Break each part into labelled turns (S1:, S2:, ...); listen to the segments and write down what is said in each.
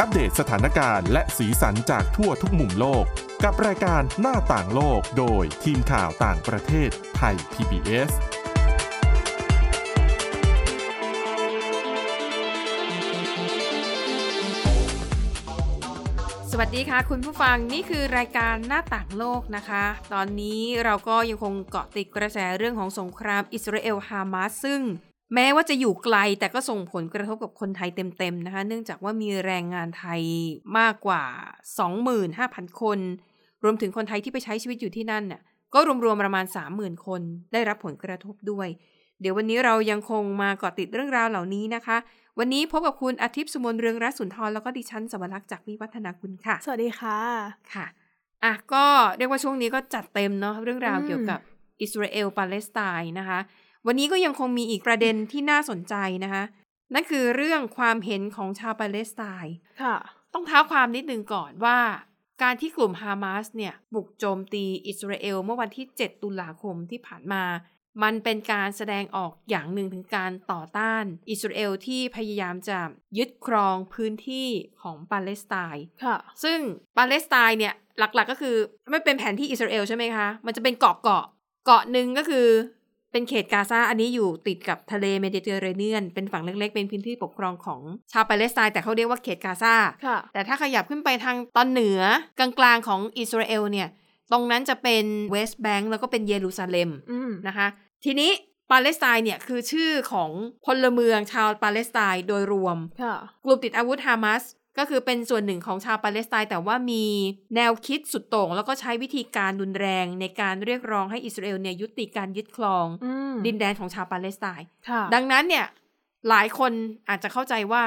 S1: อัปเดตสถานการณ์และสีสันจากทั่วทุกมุมโลก กับรายการหน้าต่างโลกโดยทีมข่าวต่างประเทศไทย PBS
S2: สวัสดีค่ะ คุณผู้ฟังนี่คือรายการหน้าต่างโลกนะคะ ตอนนี้เราก็ยังคงเกาะติดกระแสเรื่องของสงครามอิสราเอลฮามาสซึ่ง แม้ว่าจะอยู่ไกลแต่ก็ส่งผลกระทบกับคนไทยเต็มๆนะคะ เนื่องจากว่ามีแรงงานไทยมากกว่า 25,000 คน รวมถึงคนไทยที่ไปใช้ชีวิตอยู่ที่นั่นน่ะก็รวมๆประมาณ 30,000 คนได้รับผลกระทบด้วย เดี๋ยววันนี้เรายังคงมาเกาะติดเรื่องราวเหล่านี้นะคะ วันนี้พบกับคุณอาทิตย์สุมนเรืองรัศนทรแล้วก็ดิฉันสวรักษ์จากวิวัฒนาคุณค่ะ
S3: สวัสดีค่ะ
S2: ค่ะ อ่ะ ก็เรียกว่าช่วงนี้ก็จัดเต็มเนาะเรื่องราว
S3: อืม
S2: เกี่ยวกับอิสราเอลปาเลสไตน์นะคะ วันนี้ก็ยังคงมีอีกประเด็นที่น่าสนใจนะคะ นั่นคือเรื่องความเห็นของชาวปาเลสไตน์
S3: ค่ะ
S2: ต้องเท้าความนิดนึงก่อนว่า การที่กลุ่มฮามาสเนี่ย บุกโจมตีอิสราเอลเมื่อวันที่ 7 ตุลาคมที่ผ่านมา มันเป็นการแสดงออกอย่างหนึ่งถึงการต่อต้านอิสราเอลที่พยายามจะยึดครองพื้นที่ของปาเลสไตน์
S3: ค่ะ
S2: ซึ่งปาเลสไตน์เนี่ยหลักๆก็คือไม่เป็นแผนที่อิสราเอลใช่ไหมคะ มันจะเป็นเกาะเกาะๆเกาะหนึ่งก็คือ เป็นเขตกาซาอันนี้อยู่ติดกับทะเลเมดิเตอร์เรเนียน เป็นฝั่งเล็กๆ เป็นพื้นที่ปกครองของชาวปาเลสไตน์แต่เขาเรียกว่าเขตกาซา
S3: ค่ะ
S2: แต่ถ้าขยับขึ้นไปทางตอนเหนือกลางๆของอิสราเอลเนี่ยตรงนั้นจะเป็นเวสต์แบงก์แล้วก็เป็นเยรูซาเล็ม
S3: อืม
S2: นะคะทีนี้ปาเลสไตน์เนี่ยคือชื่อของพลเมืองชาวปาเลสไตน์โดยรวม
S3: ค่ะ
S2: กลุ่มติดอาวุธฮามาสก็คือเป็นส่วนหนึ่งของชาวปาเลสไตน์แต่ว่ามีแนวคิดสุดโต่ง แล้วก็ใช้วิธีการรุนแรงในการเรียกร้องให้อิสราเอลเนี่ยยุติการยึดครอง
S3: อืม
S2: ดินแดนของชาวปาเลสไตน์
S3: ค่ะ
S2: ดังนั้นเนี่ยหลายคนอาจจะเข้าใจว่า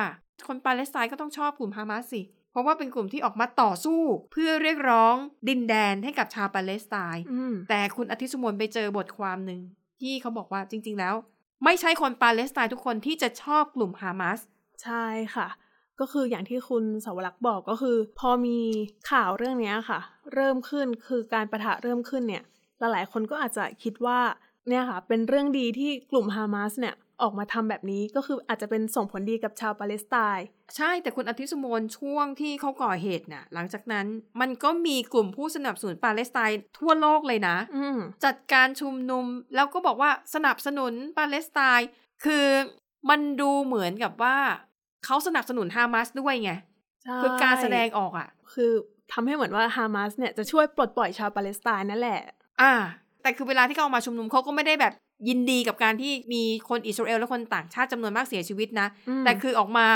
S2: คนปาเลสไตน์ก็ต้องชอบกลุ่มฮามาสสิ เพราะว่าเป็นกลุ่มที่ออกมาต่อสู้ เพื่อเรียกร้องดินแดนให้กับชาวปาเลสไตน์
S3: อืม
S2: แต่คุณอาทิตย์สุมนไปเจอบทความหนึ่งที่เขาบอกว่าจริง ๆ แล้ว ไม่ใช่คนปาเลสไตน์ทุกคนที่จะชอบกลุ่มฮามาส
S3: ใช่ค่ะ ก็คืออย่างที่คุณสวรักษ์บอกก็คือ พอมีข่าวเรื่องเนี้ยค่ะ เริ่มขึ้นคือการประทะเริ่มขึ้นเนี่ย หลายๆคนก็อาจจะคิดว่าเนี่ยค่ะ เป็นเรื่องดีที่กลุ่มฮามาสเนี่ยออกมาทำแบบนี้ก็คืออาจจะเป็นส่งผลดีกับชาวปาเลสไตน์
S2: ใช่แต่คุณอาทิตย์สุโมนช่วงที่เขาก่อเหตุน่ะหลังจากนั้นมันก็มีกลุ่มผู้สนับสนุนปาเลสไตน์ทั่วโลกเลยนะ
S3: อืม
S2: จัดการชุมนุมแล้วก็บอกว่าสนับสนุนปาเลสไตน์คือมันดูเหมือนกับว่าเขาสนับสนุนฮามาสด้วยไง
S3: ใช่
S2: คือการแสดงออกอ่ะ
S3: คือทำให้เหมือนว่าฮามาสเนี่ยจะช่วยปลดปล่อยชาวปาเลสไตน์นั่นแหละ
S2: อ่า แต่คือเวลาที่เขาออกมาชุมนุมเขาก็ไม่ได้แบบยินดีกับการที่มีคนอิสราเอลและคนต่างชาติจำนวนมากเสียชีวิตนะ
S3: อืม
S2: แต่คือออกมา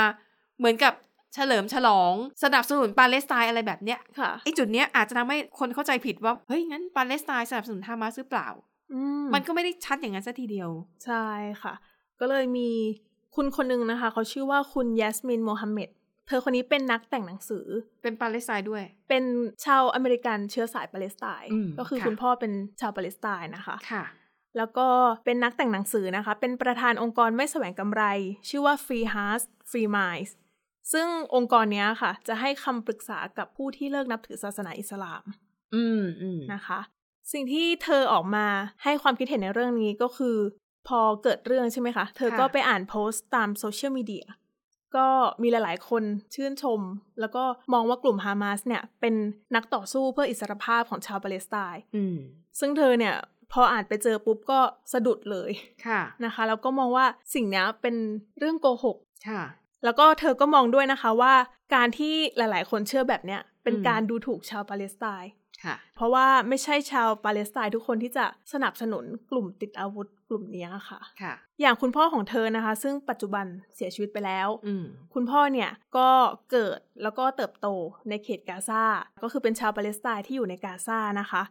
S2: เหมือนกับเฉลิมฉลอง สนับสนุนปาเลสไตน์อะไรแบบเนี้ย
S3: ค่ะ
S2: ไอ้จุดเนี้ยอาจจะทำให้คนเข้าใจผิดว่า เฮ้ย งั้นปาเลสไตน์สนับสนุนฮามาสหรือเปล่า
S3: อืม
S2: มันก็ไม่ได้ชัดอย่างนั้นซะทีเดียว
S3: ใช่ค่ะ ก็เลยมีคุณคนหนึ่งนะคะ เขาชื่อว่าคุณยาสมินโมฮัมเหม็ดเธอคนนี้เป็นนักแต่งหนังสือ
S2: เป็นปาเลสไตน์ด้วย
S3: เป็นชาวอเมริกันเชื้อสายปาเลสไตน์
S2: อืม
S3: ก็คือ
S2: ค่ะ
S3: คุณพ่อเป็นชาวปาเลสไตน์นะคะ
S2: ค่ะ
S3: แล้วก็เป็นนักแต่งหนังสือนะคะ เป็นประธานองค์กรไม่แสวงกำไร ชื่อว่า Free Hearts Free Minds ซึ่งองค์กรเนี้ยค่ะ จะให้คำปรึกษากับผู้ที่เลิกนับถือศาสนาอิสลาม
S2: อืมอืม
S3: นะคะ สิ่งที่เธอออกมาให้ความคิดเห็นในเรื่องนี้ก็คือ พอเกิดเรื่องใช่ไหมคะ เธอก็ไปอ่านโพสต์ตามโซเชียลมีเดียก็มีหลาย ๆ คนชื่นชม แล้วก็มองว่ากลุ่มฮามาสเนี่ย เป็นนักต่อสู้เพื่ออิสรภาพของชาวปาเลสไตน์
S2: อืม
S3: ซึ่งเธอเนี่ย พออ่านไปเจอปุ๊บก็สะดุดเลย
S2: ค่ะ
S3: นะคะ แล้วก็มองว่าสิ่งเนี้ยเป็นเรื่องโกหก
S2: ค่ะ
S3: แล้วก็เธอก็มองด้วยนะคะว่า การที่หลาย ๆ คนเชื่อแบบเนี้ยเป็น
S2: อืม
S3: การดูถูกชาวปาเลสไตน์
S2: ค่ะ
S3: เพราะว่าไม่ใช่ชาวปาเลสไตน์ทุกคนที่จะสนับสนุนกลุ่มติดอาวุธกลุ่มเนี้ยค่ะ
S2: ค่ะ
S3: อย่างคุณพ่อของเธอนะคะ ซึ่งปัจจุบันเสียชีวิตไปแล้ว
S2: อืม
S3: คุณพ่อเนี่ยก็เกิดแล้วก็เติบโตในเขตกาซาก็คือเป็นชาวปาเลสไตน์ที่อยู่ในกาซานะคะ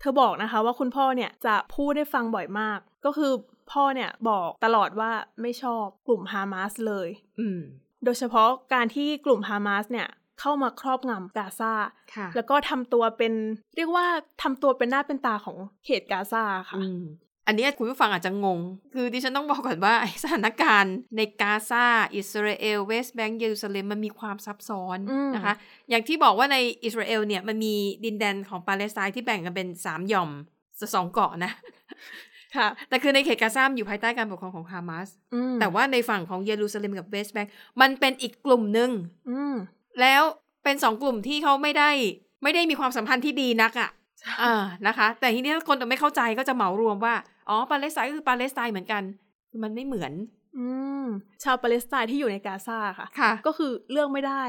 S3: เธอบอกนะคะว่าคุณพ่อเนี่ยจะพูดได้ฟังบ่อยมาก ก็คือพ่อเนี่ยบอกตลอดว่าไม่ชอบกลุ่มฮามาสเลย
S2: อืม
S3: โดยเฉพาะการที่กลุ่มฮามาสเนี่ยเข้ามาครอบงำกาซา
S2: ค่ะ
S3: แล้วก็ทำตัวเป็นเรียกว่าทำตัวเป็นหน้าเป็นตาของเขตกาซาค่ะ
S2: อืมอันเนี้ยคุณผู้ฟังอาจจะงง คือดิฉันต้องบอกก่อนว่าไอ้สถานการณ์ในกาซาอิสราเอลเวสต์แบงก์เยรูซาเล็มมันมีความซับซ้อน
S3: อืม
S2: นะคะ อย่างที่บอกว่าในอิสราเอลเนี่ยมันมีดินแดนของปาเลสไตน์ที่แบ่งกันเป็นสามหย่อมสองเกาะนะ
S3: ค่ะ
S2: แต่คือในเขตกาซามนอยู่ภายใต้การปกครองของฮามาส
S3: อืม
S2: แต่ว่าในฝั่งของเยรูซาเล็มกับเวสต์แบงก์มันเป็นอีกกลุ่มหนึ่ง
S3: อืม
S2: แล้วเป็นสองกลุ่มที่เขาไม่ได้ไม่ได้มีความสัมพันธ์ที่ดีนักอะอ่ะนะคะ แต่ทีนี้ถ้าคนไม่เข้าใจก็จะเหมารวมว่า อ๋อ ปาเลสไตน์ก็คือปาเลสไตน์เหมือนกัน มันไม่เหมือน
S3: อืมชาวปาเลสไตน์ที่อยู่ในกาซาค่ะ
S2: ค่ะ
S3: ก็คือเลือกไม่ได้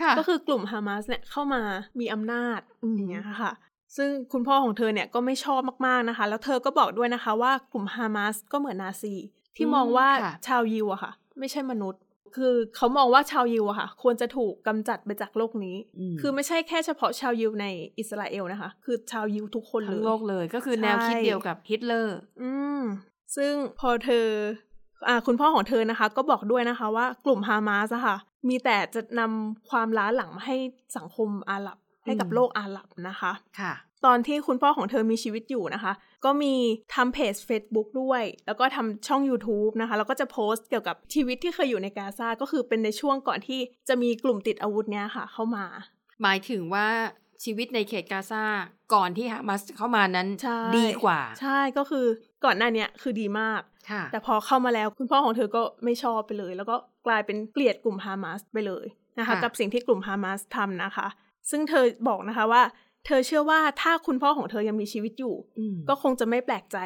S2: ค่ะ
S3: ก็คือกลุ่มฮามาสเนี่ยเข้ามามีอำนาจอย่างเงี้ยค่ะ ซึ่งคุณพ่อของเธอเนี่ยก็ไม่ชอบมากๆนะคะ แล้วเธอก็บอกด้วยนะคะว่ากลุ่มฮามาสก็เหมือนนาซี ที่
S2: อืม
S3: มองว่า
S2: ค่ะ
S3: ชาวยิวอะค่ะ ไม่ใช่มนุษย์ คือเขามองว่าชาวยิวอะค่ะ ควรจะถูกกำจัดไปจากโลกนี้
S2: ม
S3: คือไม่ใช่แค่เฉพาะชาวยิวในอิสราเอลนะคะ คือชาวยิวทุกคนเล
S2: ทั้ง
S3: ย
S2: โลกเลยก็คือแนวคิด
S3: ใช่
S2: เดียวกับฮิตเลอร์
S3: อืม ซึ่งพอเธออ่าคุณพ่อของเธอนะคะ ก็บอกด้วยนะคะว่ากลุ่มฮามาสอะค่ะ มีแต่จะนำความล้าหลังมาให้สังคมอาหรับ ให้กับ
S2: อืม
S3: โลกอาหรับนะคะ
S2: ค่ะ
S3: ตอนที่คุณพ่อของเธอมีชีวิตอยู่นะคะ ก็มีทำเพจ Facebook ด้วย แล้วก็ทำช่อง YouTube นะคะ แล้วก็จะโพสต์เกี่ยวกับชีวิตที่เคยอยู่ในกาซาก็คือเป็นในช่วงก่อนที่จะมีกลุ่มติดอาวุธเนี้ยค่ะ เข้ามา
S2: หมายถึงว่าชีวิตในเขตกาซาก่อนที่ฮามาสเข้ามานั้น
S3: ใช่
S2: ดีกว่า
S3: ใช่ก็คือก่อนหน้าเนี้ยคือดีมาก
S2: ค่ะ
S3: แต่พอเข้ามาแล้วคุณพ่อของเธอก็ไม่ชอบไปเลย แล้วก็กลายเป็นเกลียดกลุ่มฮามาสไปเลยนะคะ
S2: ค่ะ
S3: กับสิ่งที่กลุ่มฮามาสทำนะคะ ซึ่งเธอบอกนะคะว่า เธอเชื่อว่าถ้าคุณพ่อของเธอยังมีชีวิตอยู่
S2: อืม
S3: ก็คงจะไม่แปลกใจ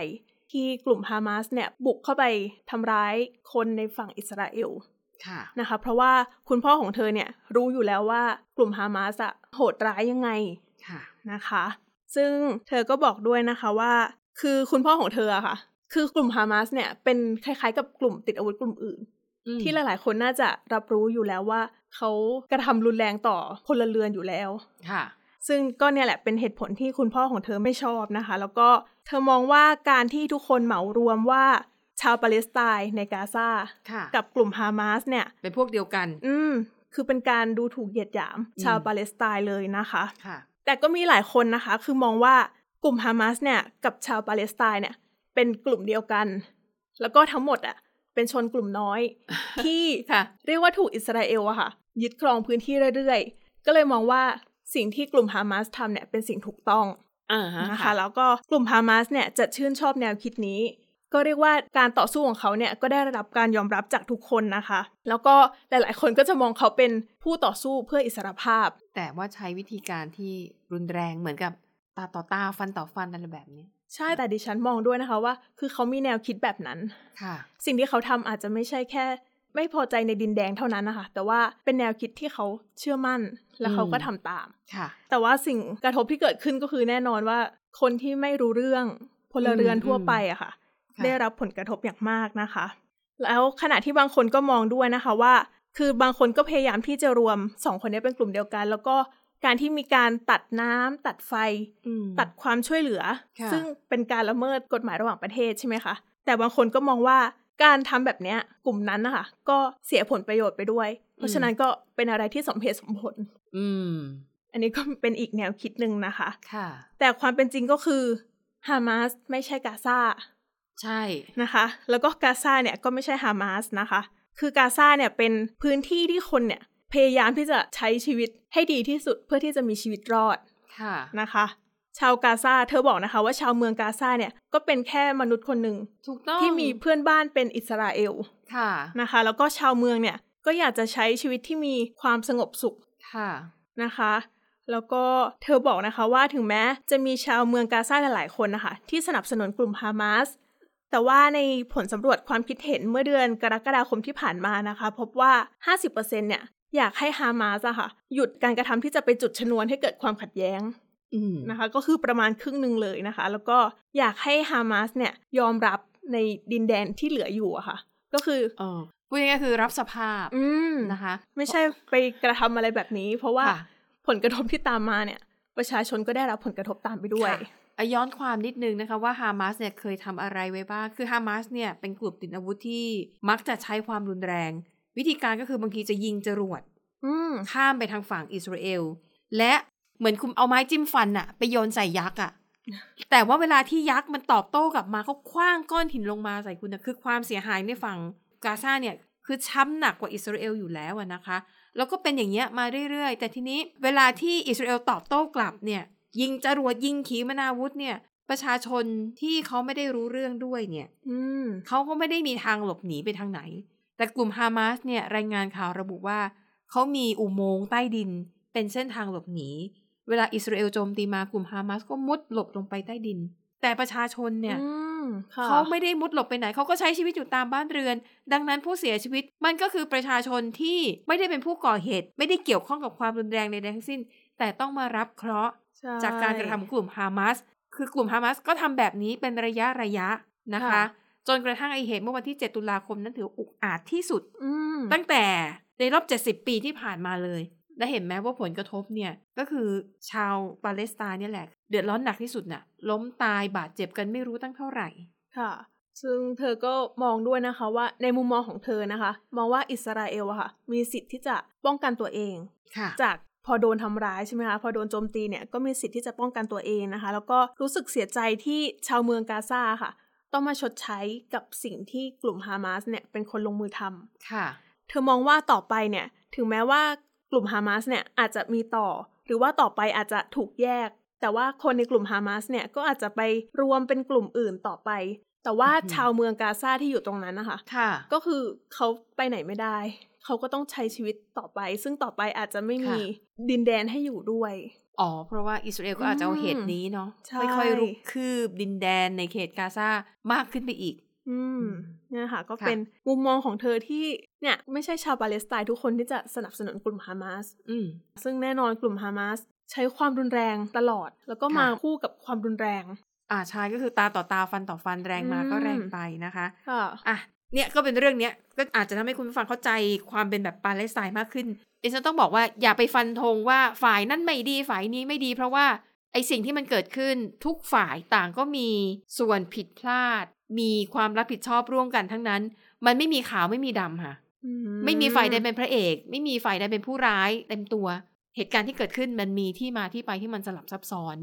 S3: ที่กลุ่มฮามาสเนี่ยบุกเข้าไปทำร้ายคนในฝั่งอิสราเอล
S2: ค่ะ
S3: นะคะ เพราะว่าคุณพ่อของเธอเนี่ยรู้อยู่แล้วว่ากลุ่มฮามาสอะโหดร้ายยังไง
S2: ค่ะ
S3: นะคะ ซึ่งเธอก็บอกด้วยนะคะว่า คือคุณพ่อของเธออะค่ะ คือกลุ่มฮามาสเนี่ยเป็นคล้ายๆกับกลุ่มติดอาวุธกลุ่มอื่น
S2: อืม
S3: ที่หลายๆ คนน่าจะรับรู้อยู่แล้วว่า เขากระทำรุนแรงต่อพลเรือนอยู่แล้ว
S2: ค่ะ
S3: ซึ่งก็เนี่ยแหละเป็นเหตุผลที่คุณพ่อของเธอไม่ชอบนะคะ แล้วก็เธอมองว่าการที่ทุกคนเหมารวมว่าชาวปาเลสไตน์ในกาซา
S2: ค่ะ
S3: กับกลุ่มฮามาสเนี่ย
S2: เป็นพวกเดียวกัน
S3: อืม คือเป็นการดูถูกเหยียดหยามชาวปาเลสไตน์เลยนะคะ
S2: ค่ะ
S3: แต่ก็มีหลายคนนะคะ คือมองว่ากลุ่มฮามาสเนี่ยกับชาวปาเลสไตน์เนี่ย เป็นกลุ่มเดียวกัน แล้วก็ทั้งหมดอะเป็นชนกลุ่มน้อย ที่
S2: ค่ะ
S3: เรียกว่าถูกอิสราเอลอะค่ะ ยึดครองพื้นที่เรื่อยๆ ก็เลยมองว่าสิ่งที่กลุ่มฮามาสทำเนี่ยเป็นสิ่งถูกต้อง
S2: อ่าฮะ
S3: นะคะ แล้วก็กลุ่มฮามาสเนี่ยจะชื่นชอบแนวคิดนี้ ก็เรียกว่าการต่อสู้ของเขาเนี่ยก็ได้รับการยอมรับจากทุกคนนะคะ แล้วก็หลาย ๆ คนก็จะมองเขาเป็นผู้ต่อสู้เพื่ออิสรภาพ
S2: แต่ว่าใช้วิธีการที่รุนแรงเหมือนกับตาต่อตาฟันต่อฟันอะไรแบบนี้
S3: ใช่แต่ดิฉันมองด้วยนะคะว่า คือเขามีแนวคิดแบบนั้น
S2: ค่ะ
S3: สิ่งที่เขาทำอาจจะไม่ใช่แค่ ไม่พอใจในดินแดงเท่านั้นนะคะ แต่ว่าเป็นแนวคิดที่เขาเชื่อมั่น และเขาก็ทำตาม
S2: ค่ะ
S3: แต่ว่าสิ่งกระทบที่เกิดขึ้นก็คือแน่นอนว่า คนที่ไม่รู้เรื่องพลเรือนทั่วไปอะค่ะ
S2: ค่ะ
S3: ได้รับผลกระทบอย่างมากนะคะ แล้วขณะที่บางคนก็มองด้วยนะคะว่า คือบางคนก็พยายามที่จะรวมสองคนนี้เป็นกลุ่มเดียวกัน แล้วก็การที่มีการตัดน้ำตัดไฟ
S2: อืม
S3: ตัดความช่วยเหลือ
S2: ค่ะ
S3: ซึ่งเป็นการละเมิดกฎหมายระหว่างประเทศใช่ไหมคะ แต่บางคนก็มองว่าการทำแบบเนี้ยกลุ่มนั้นนะคะก็เสียผลประโยชน์ไปด้วย เพราะฉะนั้นก็เป็นอะไรที่สมเหตุสมผล
S2: อืม
S3: อันนี้ก็เป็นอีกแนวคิดหนึ่งนะคะ
S2: ค่ะ
S3: แต่ความเป็นจริงก็คือฮามาสไม่ใช่กาซา
S2: ใช่
S3: นะคะ แล้วก็กาซาเนี่ยก็ไม่ใช่ฮามาสนะคะ คือกาซาเนี่ยเป็นพื้นที่ที่คนเนี่ยพยายามที่จะใช้ชีวิตให้ดีที่สุดเพื่อที่จะมีชีวิตรอด
S2: ค่ะ
S3: นะคะ ชาวกาซาเธอบอกนะคะว่าชาวเมืองกาซาเนี่ยก็เป็นแค่มนุษย์คนหนึ่ง
S2: ถูกต้อง
S3: ที่มีเพื่อนบ้านเป็นอิสราเอล
S2: ค่ะ
S3: นะคะ แล้วก็ชาวเมืองเนี่ยก็อยากจะใช้ชีวิตที่มีความสงบสุข
S2: ค่ะ
S3: นะคะ แล้วก็เธอบอกนะคะว่าถึงแม้จะมีชาวเมืองกาซาหลายๆคนนะคะที่สนับสนุนกลุ่มฮามาสแต่ว่าในผลสำรวจความคิดเห็นเมื่อเดือนกรกฎาคมที่ผ่านมานะคะ พบว่า 50%เนี่ยอยากให้ฮามาสอะค่ะหยุดการกระทำที่จะไปจุดชนวนให้เกิดความขัดแย้ง
S2: อืม
S3: นะคะก็คือประมาณครึ่งหนึ่งเลยนะคะ แล้วก็อยากให้ฮามาสเนี่ยยอมรับในดินแดนที่เหลืออยู่อะค่ะ ก็คือ
S2: เออพูดง่ายๆคือรับสภาพ
S3: อืม
S2: นะคะ
S3: ไม่ใช่ไปกระทำอะไรแบบนี้ เพราะว่า
S2: ค่ะ
S3: ผลกระทบที่ตามมาเนี่ย ประชาชนก็ได้รับผลกระทบตามไปด้วย
S2: ค่ะอ่ะย้อนความนิดนึงนะคะว่าฮามาสเนี่ยเคยทำอะไรไว้บ้าง คือฮามาสเนี่ยเป็นกลุ่มติดอาวุธที่มักจะใช้ความรุนแรง วิธีการก็คือบางทีจะยิงจรวด
S3: อืม
S2: ข้ามไปทางฝั่งอิสราเอล และเหมือนคุณเอาไม้จิ้มฟันอะไปโยนใส่ยักษ์อะแต่ว่าเวลาที่ยักษ์มันตอบโต้กลับมาเขาคว้างก้อนหินลงมาใส่คุณนะคือความเสียหายในฝั่งกาซาเนี่ยคือช้ำหนักกว่าอิสราเอลอยู่แล้วอะนะคะ แล้วก็เป็นอย่างเงี้ยมาเรื่อยๆ แต่ทีนี้เวลาที่อิสราเอลตอบโต้กลับเนี่ย ยิงจรวดยิงขีปนาวุธเนี่ย ประชาชนที่เขาไม่ได้รู้เรื่องด้วยเนี่ย
S3: อืม
S2: เขาก็ไม่ได้มีทางหลบหนีไปทางไหน แต่กลุ่มฮามาสเนี่ยรายงานข่าวระบุว่า เขามีอุโมงค์ใต้ดิน เป็นเส้นทางหลบหนี เวลาอิสราเอลโจมตีมากลุ่มฮามาสก็มุดหลบลงไปใต้ดิน แต่ประชาชนเนี่ย
S3: อืมค่ะ
S2: เขาไม่ได้มุดหลบไปไหน เขาก็ใช้ชีวิตอยู่ตามบ้านเรือน ดังนั้นผู้เสียชีวิตมันก็คือประชาชนที่ไม่ได้เป็นผู้ก่อเหตุ ไม่ได้เกี่ยวข้องกับความรุนแรงใดๆทั้งสิ้น แต่ต้องมารับเคราะห์
S3: ใช่
S2: จากการกระทำของกลุ่มฮามาสคือกลุ่มฮามาสก็ทำแบบนี้เป็นระยะระยะนะคะ จนกระทั่งไอเหตุเมื่อวันที่ 7 ตุลาคมนั้นถืออุกอาจที่สุด
S3: อืม
S2: ตั้งแต่ในรอบ 70 ปีที่ผ่านมาเลย และเห็นไหมว่าผลกระทบเนี่ย ก็คือชาวปาเลสไตน์เนี่ยแหละ เดือดร้อนหนักที่สุดน่ะ ล้มตายบาดเจ็บกันไม่รู้ตั้งเท่าไหร่
S3: ค่ะ ซึ่งเธอก็มองด้วยนะคะว่าในมุมมองของเธอนะคะ มองว่าอิสราเอลอะค่ะ มีสิทธิ์ที่จะป้องกันตัวเอง
S2: ค่ะ
S3: จากพอโดนทำร้ายใช่ไหมคะพอโดนโจมตีเนี่ยก็มีสิทธิ์ที่จะป้องกันตัวเองนะคะ แล้วก็รู้สึกเสียใจที่ชาวเมืองกาซาค่ะ ต้องมาชดใช้กับสิ่งที่กลุ่มฮามาสเนี่ยเป็นคนลงมือทำ
S2: ค่ะ
S3: เธอมองว่าต่อไปเนี่ยถึงแม้ว่ากลุ่มฮามาสเนี่ยอาจจะมีต่อ หรือว่าต่อไปอาจจะถูกแยก แต่ว่าคนในกลุ่มฮามาสเนี่ยก็อาจจะไปรวมเป็นกลุ่มอื่นต่อไป แต่ว่า
S2: อือหือ
S3: ชาวเมืองกาซาที่อยู่ตรงนั้นนะคะ
S2: ค่ะ
S3: ก็คือเขาไปไหนไม่ได้ เขาก็ต้องใช้ชีวิตต่อไป ซึ่งต่อไปอาจจะไม่
S2: ค่ะ
S3: มีดินแดนให้อยู่ด้วย
S2: อ๋อ เพราะว่าอิสราเอลก็อาจจะเอาเหตุนี้เนาะ
S3: ใช่
S2: ค่อยๆรุกคืบดินแดนในเขตกาซามากขึ้นไปอีก
S3: อืม
S2: อืม
S3: เนี่ยค่ะ ก็
S2: ค่ะ
S3: เป็นมุมมองของเธอที่เนี่ยไม่ใช่ชาวปาเลสไตน์ทุกคนที่จะสนับสนุนกลุ่มฮามาส
S2: อืม
S3: ซึ่งแน่นอนกลุ่มฮามาสใช้ความรุนแรงตลอด แล้วก็
S2: ค่ะ
S3: มาคู่กับความรุนแรง
S2: อ่าใช่ก็คือตาต่อตาฟันต่อฟันแรงมาก็
S3: อืม
S2: แรงไปนะคะ
S3: ค่ะ
S2: อ่ะ เนี่ยก็เป็นเรื่องเนี้ยก็อาจจะทำให้คุณผู้ฟังเข้าใจความเป็นแบบปาเลสไตน์มากขึ้นดิฉันต้องบอกว่าอย่าไปฟันธงว่าฝ่ายนั้นไม่ดีฝ่ายนี้ไม่ดี เพราะว่าไอสิ่งที่มันเกิดขึ้นทุกฝ่ายต่างก็มีส่วนผิดพลาด มีความรับผิดชอบร่วมกันทั้งนั้น มันไม่มีขาวไม่มีดำค่ะ
S3: อื
S2: ไม่มีฝ่ายใดเป็นพระเอก ไม่มีฝ่ายใดเป็นผู้ร้ายเต็มตัว เหตุการณ์ที่เกิดขึ้นมันมีที่มาที่ไปที่มันสลับซับซ้อน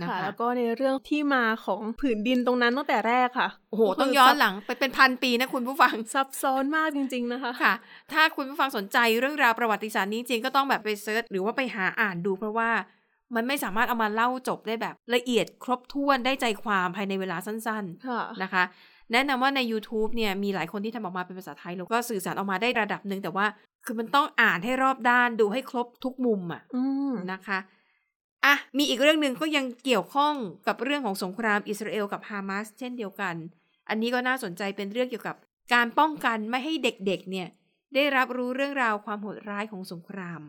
S2: นะ
S3: ค่ะ
S2: คะ
S3: แล้วก็ในเรื่องที่มาของผืนดินตรงนั้นตั้งแต่แรกค่ะ
S2: โอ้โห ต้องย้อนหลังไปเป็นพันปีนะคุณผู้ฟัง
S3: ซับซ้อนมากจริง ๆนะคะ
S2: ค่ะ ถ้าคุณผู้ฟังสนใจเรื่องราวประวัติศาสตร์นี้จริงก็ต้องแบบไปเซิร์ชหรือว่าไปหาอ่านดูเพราะว่ามันไม่สามารถเอามาเล่าจบได้แบบละเอียดครบถ้วนได้ใจความภายในเวลาสั้น
S3: ค่ะ
S2: ๆนะคะ แนะนำว่าใน YouTube เนี่ยมีหลายคนที่ทำออกมาเป็นภาษาไทยแล้วก็สื่อสารออกมาได้ระดับหนึ่งแต่ว่า คือมันต้องอ่านให้รอบด้านดูให้ครบทุกมุมอ่ะ
S3: อืม
S2: นะคะอ่ะมีอีกเรื่องหนึ่งก็ยังเกี่ยวข้องกับเรื่องของสงครามอิสราเอลกับฮามาสเช่นเดียวกัน อันนี้ก็น่าสนใจเป็นเรื่องเกี่ยวกับการป้องกันไม่ให้เด็กๆ เนี่ย ได้รับรู้เรื่องราวความโหดร้ายของสงคราม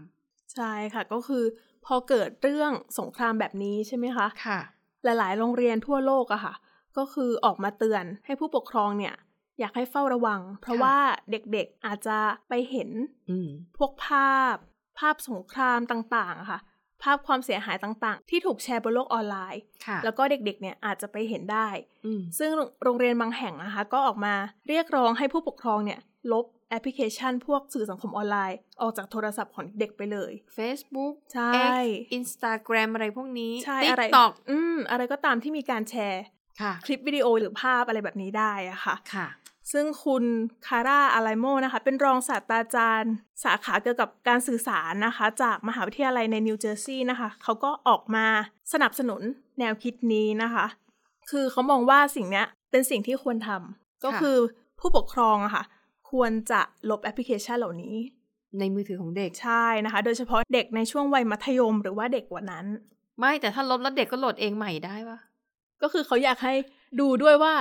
S3: ใช่ค่ะก็คือพอเกิดเรื่องสงครามแบบนี้ใช่ไหมคะ
S2: ค่ะ
S3: หลาย ๆ โรงเรียนทั่วโลกอะค่ะ ก็คือออกมาเตือนให้ผู้ปกครองเนี่ย อยากให้เฝ้าระวัง เพราะ
S2: ค่ะ
S3: ว่าเด็กๆอาจจะไปเห็น
S2: อืม
S3: พวกภาพ ภาพสงครามต่างๆอะค่ะ ภาพความเสียหายต่างๆ ที่ถูกแชร์บนโลกออนไลน์
S2: ค่ะ
S3: แล้วก็เด็กๆเนี่ยอาจจะไปเห็นได้
S2: อืม
S3: ซึ่งโรงเรียนบางแห่งนะคะ ก็ออกมาเรียกร้องให้ผู้ปกครองเนี่ย ลบแอปพลิเคชัน พวกสื่อสังคมออนไลน์ ออกจากโทรศัพท์ของเด็กไปเลย
S2: Facebook
S3: ใช่
S2: X Instagram อะไรพวกนี้
S3: ใช่อะไร
S2: TikTok
S3: อืม อะไรก็ตามที่มีการแชร์
S2: ค่ะ
S3: คลิปวิดีโอหรือภาพอะไรแบบนี้ได้อะค่ะ
S2: ค่ะ
S3: ซึ่งคุณคาร่าอาไลโมนะคะ เป็นรองศาสตราจารย์ สาขาเกี่ยวกับการสื่อสารนะคะ จากมหาวิทยาลัยในนิวเจอร์ซีย์นะคะ เขาก็ออกมาสนับสนุนแนวคิดนี้นะคะ คือเขามองว่าสิ่งเนี้ยเป็นสิ่งที่ควรทำก็
S2: ค่ะ
S3: คือผู้ปกครองอะค่ะ ควรจะลบแอปพลิเคชันเหล่านี้
S2: ในมือถือของเด็ก
S3: ใช่นะคะ โดยเฉพาะเด็กในช่วงวัยมัธยม หรือว่าเด็กกว่านั้น
S2: ไม่แต่ถ้าลบแล้วเด็กก็โหลดเองใหม่ได้ปะ
S3: ก็คือเขาอยากให้ดูด้วยว่า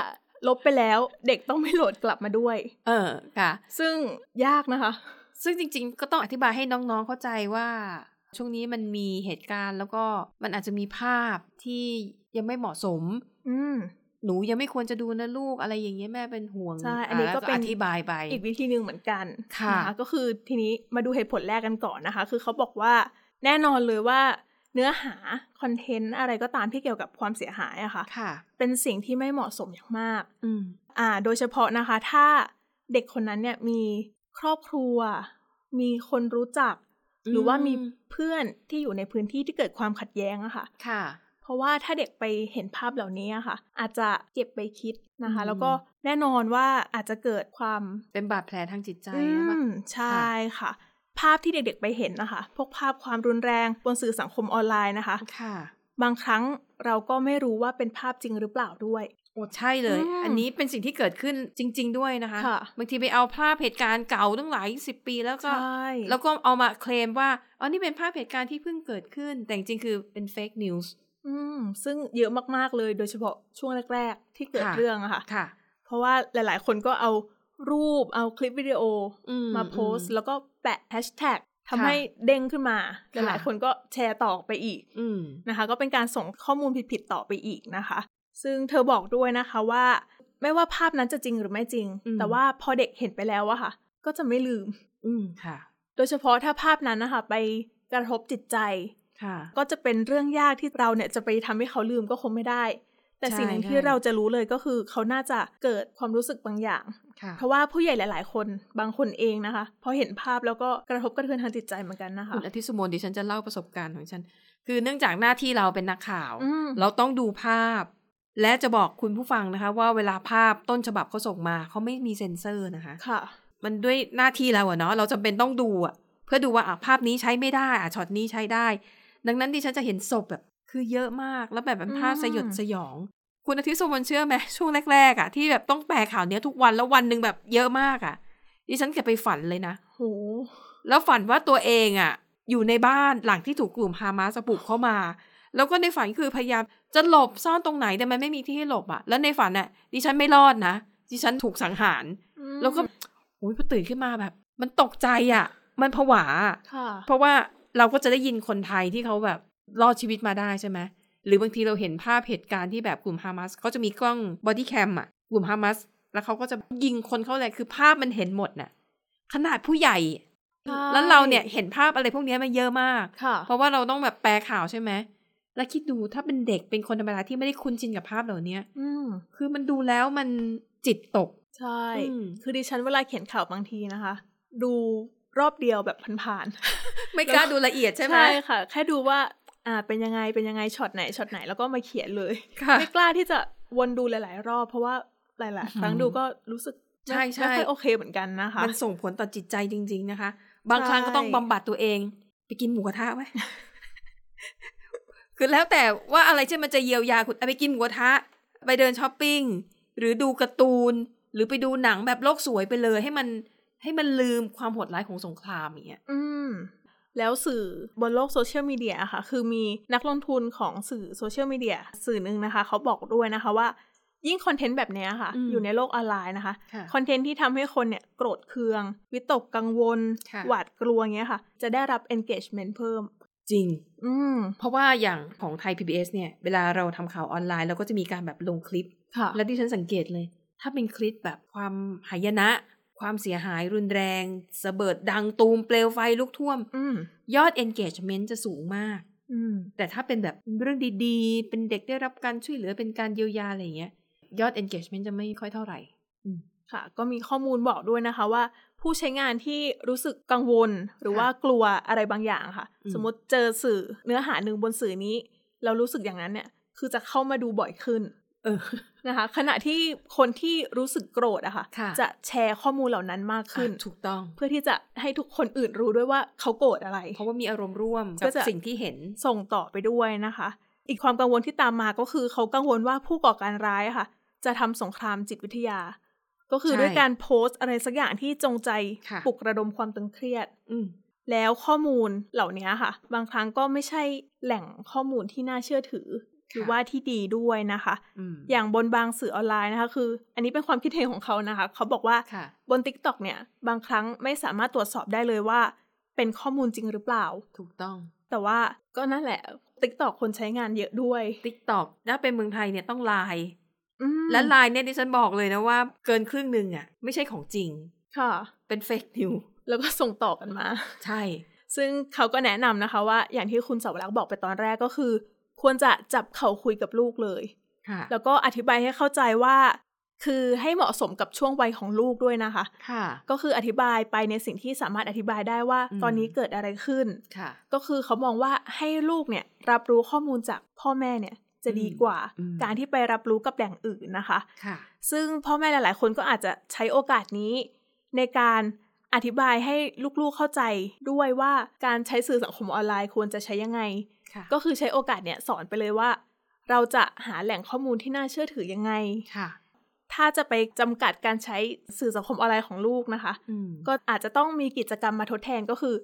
S3: ลบไปแล้วเด็กต้องไม่โหลดกลับมาด้วย
S2: เออ ค่ะ
S3: ซึ่งยากนะคะ
S2: ซึ่งจริงๆ ก็ต้องอธิบายให้น้องๆ เข้าใจว่า ช่วงนี้มันมีเหตุการณ์แล้วก็มันอาจจะมีภาพที่ยังไม่เหมาะสม
S3: อืม
S2: หนูยังไม่ควรจะดูนะลูกอะไรอย่างเงี้ยแม่เป็นห่วง
S3: ใช่อันนี้
S2: ะ
S3: ก็เป็น
S2: อธิบายไป
S3: อีกวิธีหนึ่งเหมือนกัน
S2: ค่ะ
S3: นก็คือทีนี้มาดูเหตุผลแรกกันก่อนนะคะ คือเขาบอกว่าแน่นอนเลยว่า เนื้อหาคอนเทนต์อะไรก็ตามที่เกี่ยวกับความเสียหายอะค่ะ
S2: ค่ะ
S3: เป็นสิ่งที่ไม่เหมาะสมอย่างมาก
S2: อืม
S3: อ่า โดยเฉพาะนะคะ ถ้าเด็กคนนั้นเนี่ยมีครอบครัว มีคนรู้จัก หรือว่ามี
S2: อืม
S3: เพื่อนที่อยู่ในพื้นที่ที่เกิดความขัดแย้งอะค่ะ
S2: ค่ะ
S3: เพราะว่าถ้าเด็กไปเห็นภาพเหล่านี้อะค่ะ อาจจะเก็บไปคิดนะคะ
S2: อืม
S3: แล้วก็แน่นอนว่าอาจจะเกิดความ
S2: เป็นบาดแผลทางจิตใจ
S3: อื
S2: นะปะ
S3: มใช่ค่ะ ภาพที่เด็กๆไปเห็นนะคะ พวกภาพความรุนแรงบนสื่อสังคมออนไลน์นะคะ
S2: ค่ะ
S3: บางครั้งเราก็ไม่รู้ว่าเป็นภาพจริงหรือเปล่าด้วย
S2: โอ้ใช่เลย
S3: อืม
S2: อันนี้เป็นสิ่งที่เกิดขึ้นจริง ๆ ด้วยนะคะ
S3: ค่ะ
S2: บางทีไปเอาภาพเหตุการณ์เก่าตั้งหลายสิบปีแล้วก็
S3: ใช่
S2: แล้วก็เอามาเคลมว่าอ๋อนี่เป็นภาพเหตุการณ์ที่เพิ่งเกิดขึ้น แต่จริงๆคือเป็นเฟกนิวส์
S3: อืมซึ่งเยอะมากๆเลย โดยเฉพาะช่วงแรก ๆ ที่เกิด
S2: ค่ะ
S3: เรื่องอะค่ะ
S2: ค่ะ
S3: เพราะว่าหลาย ๆ คนก็เอารูปเอาคลิปวิดีโออ
S2: ม
S3: มาโพสต์
S2: อืม
S3: แล้วก็แปะแฮชแท็ก
S2: ค่ะ
S3: ทำให้เด้งขึ้นมา ห
S2: ค่ะ
S3: ลาย ๆ คนก็แชร์ต่อออกไปอีก
S2: อืม
S3: นะคะ ก็เป็นการส่งข้อมูลผิด ๆ ต่อไปอีกนะคะ ซึ่งเธอบอกด้วยนะคะว่า ไม่ว่าภาพนั้นจะจริงหรือไม่จริง
S2: อืม
S3: แต่ว่าพอเด็กเห็นไปแล้วอะค่ะ ก็จะไม่ลืม
S2: อืมค่ะ
S3: โดยเฉพาะถ้าภาพนั้นนะคะ ไปกระทบจิตใจ
S2: ค่ะ
S3: ก็จะเป็นเรื่องยากที่เราเนี่ยจะไปทำให้เขาลืมก็คงไม่ได้ แต่
S2: ใช่
S3: สิ่งหนึ่ง
S2: ใช่
S3: ที่เราจะรู้เลยก็คือ เขาน่าจะเกิดความรู้สึกบางอย่าง
S2: ค่ะ
S3: เพราะว่าผู้ใหญ่หลาย ๆ คนบางคนเองนะคะ พอเห็นภาพแล้วก็กระทบกระเทือนทางจิตใจเหมือนกันนะคะ
S2: คุณอาทิตย์สุโมนดิฉันจะเล่าประสบการณ์ของฉัน คือเนื่องจากหน้าที่เราเป็นนักข่าว
S3: อืม
S2: เราต้องดูภาพ และจะบอกคุณผู้ฟังนะคะ ว่าเวลาภาพต้นฉบับเขาส่งมาเขาไม่มีเซ็นเซอร์นะคะ
S3: ค่ะ
S2: มันด้วยหน้าที่เราอะเนาะเราจำเป็นต้องดูอะเพื่อดูว่าอ่ะภาพนี้ใช้ไม่ได้อ่ะช็อตนี้ใช้ได้ ดังนั้นดิฉันจะเห็นศพแบบคือเยอะมากแล้วแบบเป็นภาพ
S3: อืม
S2: สยดสยอง คุณอาทิตย์สมนเชื่อไหมช่วงแรกๆอะที่แบบต้องแปลข่าวเนี้ยทุกวันแล้ววันหนึ่งแบบเยอะมากอะดิฉันเก็บไปฝันเลยนะ
S3: โห
S2: แล้วฝันว่าตัวเองอะอยู่ในบ้านหลังที่ถูกกลุ่มฮามาสบุกเข้ามา แล้วก็ในฝันคือพยายามจะหลบซ่อนตรงไหนแต่มันไม่มีที่ให้หลบอะแล้วในฝันอะดิฉันไม่รอดนะดิฉันถูกสังหาร แล้วก็อุ้ยพอตื่นขึ้นมาแบบ มันตกใจอะ่ะ มันผวาอะ
S3: ค่ะ
S2: เพราะว่าเราก็จะได้ยินคนไทยที่เขาแบบรอดชีวิตมาได้ใช่ไหมหรือบางทีเราเห็นภาพเหตุการณ์ที่แบบกลุ่มฮามาสเขาจะมีกล้องบอดี้แคมอ่ะ กลุ่มฮามาสแล้วเขาก็จะยิงคนเขาเลยคือภาพมันเห็นหมดน่ะ ขนาดผู้ใหญ่
S3: ใช่
S2: แล้วเราเนี่ยเห็นภาพอะไรพวกเนี้ยมาเยอะมาก
S3: ค่ะ
S2: เพราะว่าเราต้องแบบแปลข่าวใช่ไหมแล้วคิดดูถ้าเป็นเด็กเป็นคนธรรมดาที่ไม่ได้คุ้นชินกับภาพเหล่าเนี้ย
S3: อืม
S2: คือมันดูแล้วมันจิตตก
S3: ใช่
S2: อืม
S3: คือดิฉันเวลาเขียนข่าวบางทีนะคะ ดูรอบเดียวแบบผ่าน
S2: ไม่กล้าดูละเอียด
S3: ๆ
S2: ใช่ไหม
S3: ค่ะ แค่ดูว่า อ่า เป็นยังไงเป็นยังไงช็อตไหนช็อตไหนแล้วก็มาเขียนเลย
S2: ค่ะ
S3: ไม่กล้าที่จะวนดูหลาย ๆ รอบ เพราะว่าหลาย ๆ ครั้ง
S2: อืม
S3: ดูก็รู้สึกไม่
S2: ใช่ใช่
S3: ไม่ค่อยโอเคเหมือนกันนะคะ
S2: มันส่งผลต่อจิตใจจริง ๆนะคะ บางครั้งก็ต้องบำบัดตัวเอง ไปกินหมูก ระทะไว้ คือแล้วแต่ว่าอะไรที่มันจะเยียวยาคุณเอาไปกินหมูกระทะ ไปเดินช้อปปิ้ง หรือดูการ์ตูน หรือไปดูหนังแบบโลกสวยไปเลย ให้มันให้มันลืมความโหดร้ายของสงครามอย่างเงี้ย
S3: อืม แล้วสื่อบนโลกโซเชียลมีเดียอะค่ะ คือมีนักลงทุนของสื่อโซเชียลมีเดียสื่อหนึ่งนะคะ เขาบอกด้วยนะคะว่า ยิ่งคอนเทนต์แบบเนี้ยค่ะ
S2: อืม
S3: อยู่ในโลกออนไลน์นะคะ
S2: ค่ะ
S3: คอนเทนต์ที่ทำให้คนเนี่ยโกรธเคือง วิตกกังวล
S2: ค่ะ
S3: หวาดกลัวเงี้ยค่ะ จะได้รับ engagement เพิ่ม
S2: จริง
S3: อืม
S2: เพราะว่าอย่างของไทย PBS เนี่ย เวลาเราทำข่าวออนไลน์เราก็จะมีการแบบลงคลิป
S3: ค่ะ
S2: และที่ฉันสังเกตเลย ถ้าเป็นคลิปแบบความหายนะ ความเสียหายรุนแรงสะเบิดดังตูมเปลวไฟลุกท่วม
S3: อืม
S2: ยอด engagement จะสูงมาก
S3: อืม
S2: แต่ถ้าเป็นแบบเรื่องดีๆ เป็นเด็กได้รับการช่วยเหลือเป็นการเยียวยาอะไรอย่างเงี้ย ยอด engagement จะไม่ค่อยเท่าไหร่
S3: ค่ะ ก็มีข้อมูลบอกด้วยนะคะว่า ผู้ใช้งานที่รู้สึกกังวล หรือ
S2: ค่ะ
S3: ว่ากลัวอะไรบางอย่างค่ะ
S2: อืม
S3: สมมติเจอสื่อเนื้อหาหนึ่งบนสื่อนี้ เรารู้สึกอย่างนั้นเนี่ย คือจะเข้ามาดูบ่อยขึ้น
S2: เออ
S3: นะคะ ขณะที่คนที่รู้สึกโกรธอะค่ะ
S2: ค่ะ
S3: จะแชร์ข้อมูลเหล่านั้นมากขึ้น
S2: อ่ะถูกต้อง
S3: เพื่อที่จะให้ทุกคนอื่นรู้ด้วยว่าเขาโกรธอะไร
S2: เพราะว่ามีอารมณ์ร่วม
S3: ก็
S2: กับ
S3: จะ
S2: สิ่งที่เห็น
S3: ส่งต่อไปด้วยนะคะ อีกความกังวลที่ตามมาก็คือเขากังวลว่าผู้ก่อการร้ายอะค่ะ จะทำสงครามจิตวิทยา ก็คือ
S2: ใช่
S3: ด้วยการโพสต์อะไรสักอย่างที่จงใจ
S2: ค่ะ
S3: ปลุกระดมความตึงเครียด
S2: อืม
S3: แล้วข้อมูลเหล่านี้ค่ะ บางครั้งก็ไม่ใช่แหล่งข้อมูลที่น่าเชื่อถือ หรือ
S2: ค่ะ
S3: ว่าที่ดีด้วยนะคะ
S2: อืม
S3: อย่างบนบางสื่อออนไลน์นะคะ คือ อันนี้เป็นความคิดเห็นของเขานะคะ เขาบอกว่า
S2: ค่ะ
S3: บน t ิ k t o k เนี่ย บางครั้งไม่สามารถตรวจสอบได้เลยว่า เป็นข้อมูลจริงหรือเปล่า
S2: ถูกต้อง
S3: แต่ว่าก็นั่นแหละ TikTok คนใช้งานเยอะด้วย
S2: TikTok ถ้าเป็นเมืองไทยเนี่ยต้องไลน์
S3: อืม
S2: และไลน์เนี่ยดิฉันบอกเลยนะว่าเกินครึ่งหนึ่งอะไม่ใช่ของจริง
S3: ค่ะ
S2: เป็นเฟกนิว
S3: แล้วก็ส่งต่อกันมา
S2: ใช่
S3: ซึ่งเขาก็แนะนำนะคะว่า อย่างที่คุณสาวรักษ์บอกไปตอนแรกก็คือ ควรจะจับเขาคุยกับลูกเลย
S2: ค่ะ
S3: แล้วก็อธิบายให้เข้าใจว่า คือให้เหมาะสมกับช่วงวัยของลูกด้วยนะคะ
S2: ค่ะ
S3: ก็คืออธิบายไปในสิ่งที่สามารถอธิบายได้ว่า
S2: อืม
S3: ตอนนี้เกิดอะไรขึ้น
S2: ค่ะ
S3: ก็คือเขามองว่าให้ลูกเนี่ยรับรู้ข้อมูลจากพ่อแม่เนี่ยจะดีกว่า
S2: อืม
S3: การที่ไปรับรู้กับแหล่งอื่นนะคะ
S2: ค่ะ
S3: ซึ่งพ่อแม่หลาย ๆ คนก็อาจจะใช้โอกาสนี้ ในการอธิบายให้ลูก ๆ เข้าใจด้วยว่าการใช้สื่อสังคมออนไลน์ควรจะใช้ยังไง
S2: ค่ะ
S3: ก็คือใช้โอกาสเนี่ยสอนไปเลยว่า เราจะหาแหล่งข้อมูลที่น่าเชื่อถือยังไง
S2: ค่ะ
S3: ถ้าจะไปจำกัดการใช้สื่อสังคมออนไลน์ของลูกนะคะ
S2: อืม
S3: ก็อาจจะต้องมีกิจกรรมมาทดแทนก็คือ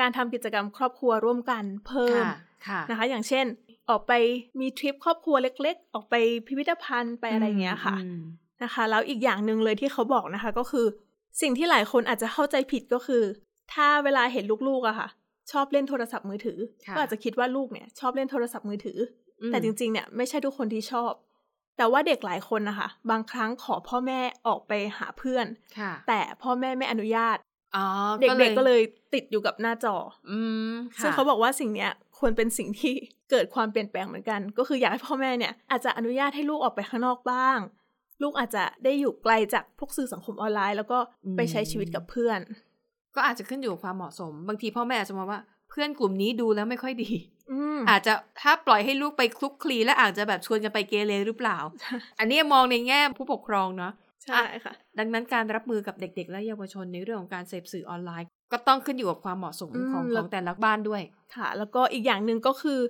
S3: การทำกิจกรรมครอบครัวร่วมกันเพิ่ม
S2: ค่ะ ค่ะ
S3: นะคะอย่างเช่น ออกไปมีทริปครอบครัวเล็ก ๆ ออกไปพิพิธภัณฑ์ไปอะไรอย่างเงี้ยค่ะ
S2: อืม
S3: นะคะแล้วอีกอย่างหนึ่งเลยที่เขาบอกนะคะก็คือ สิ่งที่หลายคนอาจจะเข้าใจผิดก็คือ ถ้าเวลาเห็นลูกๆอะค่ะ ชอบเล่นโทรศัพท์มือถือ
S2: ค่ะ
S3: ก็อาจจะคิดว่าลูกเนี่ยชอบเล่นโทรศัพท์มือถืออ
S2: อืม
S3: แต่จริงๆเนี่ยไม่ใช่ทุกคนที่ชอบ แต่ว่าเด็กหลายคนนะคะบางครั้งขอพ่อแม่ออกไปหาเพื่อน
S2: ค่ะ
S3: แต่พ่อแม่ไม่อนุญาต
S2: อ๋อ
S3: เด็กๆก็เลยติดอยู่กับหน้าจอ
S2: อืมค่ะ
S3: ซึ่งเขาบอกว่าสิ่งเนี้ยควรเป็นสิ่งที่ เกิดความเปลี่ยนแปลงเหมือนกัน ก็คืออยากให้พ่อแม่เนี่ยอาจจะอนุญาตให้ลูกออกไปข้างนอกบ้าง ลูกอาจจะได้อยู่ไกลจากพวกสื่อสังคมออนไลน์ แล้วก็ไปใช้ชีวิตกับเพื่อน
S2: ก็อาจจะขึ้นอยู่กับความเหมาะสม บางทีพ่อแม่อาจจะมองว่าเพื่อนกลุ่มนี้ดูแล้วไม่ค่อยดี
S3: อืม
S2: อาจจะถ้าปล่อยให้ลูกไปคลุกคลีและอาจจะแบบชวนกันไปเกเรหรือเปล่า อันนี้มองในแง่ผู้ปกครองเนาะ
S3: ใช่ค่ะ
S2: ดังนั้นการรับมือกับเด็ก ๆ และเยาวชนในเรื่องของการเสพสื่อออนไลน์ ก็ต้องขึ้นอยู่กับความเหมาะสม
S3: อืม
S2: ของข
S3: แล้ว
S2: องแต่ละบ้านด้วย
S3: ค่ะ แล้วก็อีกอย่างหนึ่งก็คือ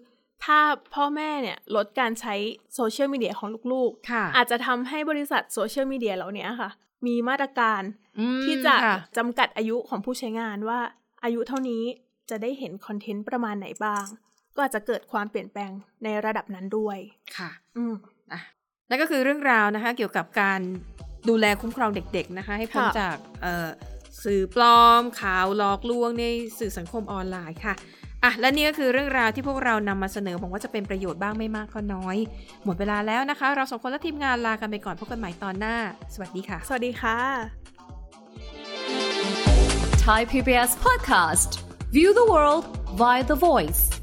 S3: ถ้าพ่อแม่เนี่ยลดการใช้โซเชียลมีเดียของลูก
S2: ค่ะ
S3: ๆ อาจจะทำให้บริษัทโซเชียลมีเดียเหล่านี้ค่ะ มีมาตรการ
S2: อืม
S3: ที่จะ
S2: ค่
S3: จำกัดอายุของผู้ใช้งานว่าอายุเท่านี้จะได้เห็นคอนเทนต์ประมาณไหนบ้าง ก็อาจจะเกิดความเปลี่ยนแปลงในระดับนั้นด้วย
S2: ค่ะ
S3: อืม
S2: อ่ะนั่นก็คือเรื่องราวนะคะเกี่ยวกับการดูแลคุ้มครองเด็กๆนะคะ ให้พ้น
S3: ค่ะ
S2: จากเอ่อสื่อปลอมข่าวหลอกลวงในสื่อสังคมออนไลน์ค่ะอ่ะและนี่ก็คือเรื่องราวที่พวกเรานำมาเสนอหวังว่าจะเป็นประโยชน์บ้างไม่มากก็น้อย หมดเวลาแล้วนะคะ เราสองคนและทีมงานลากันไปก่อนพบกันใหม่ตอนหน้า สวัสดีค่ะ
S3: สวัสดีค่ะ
S4: Thai PBS podcast. View the world via the voice.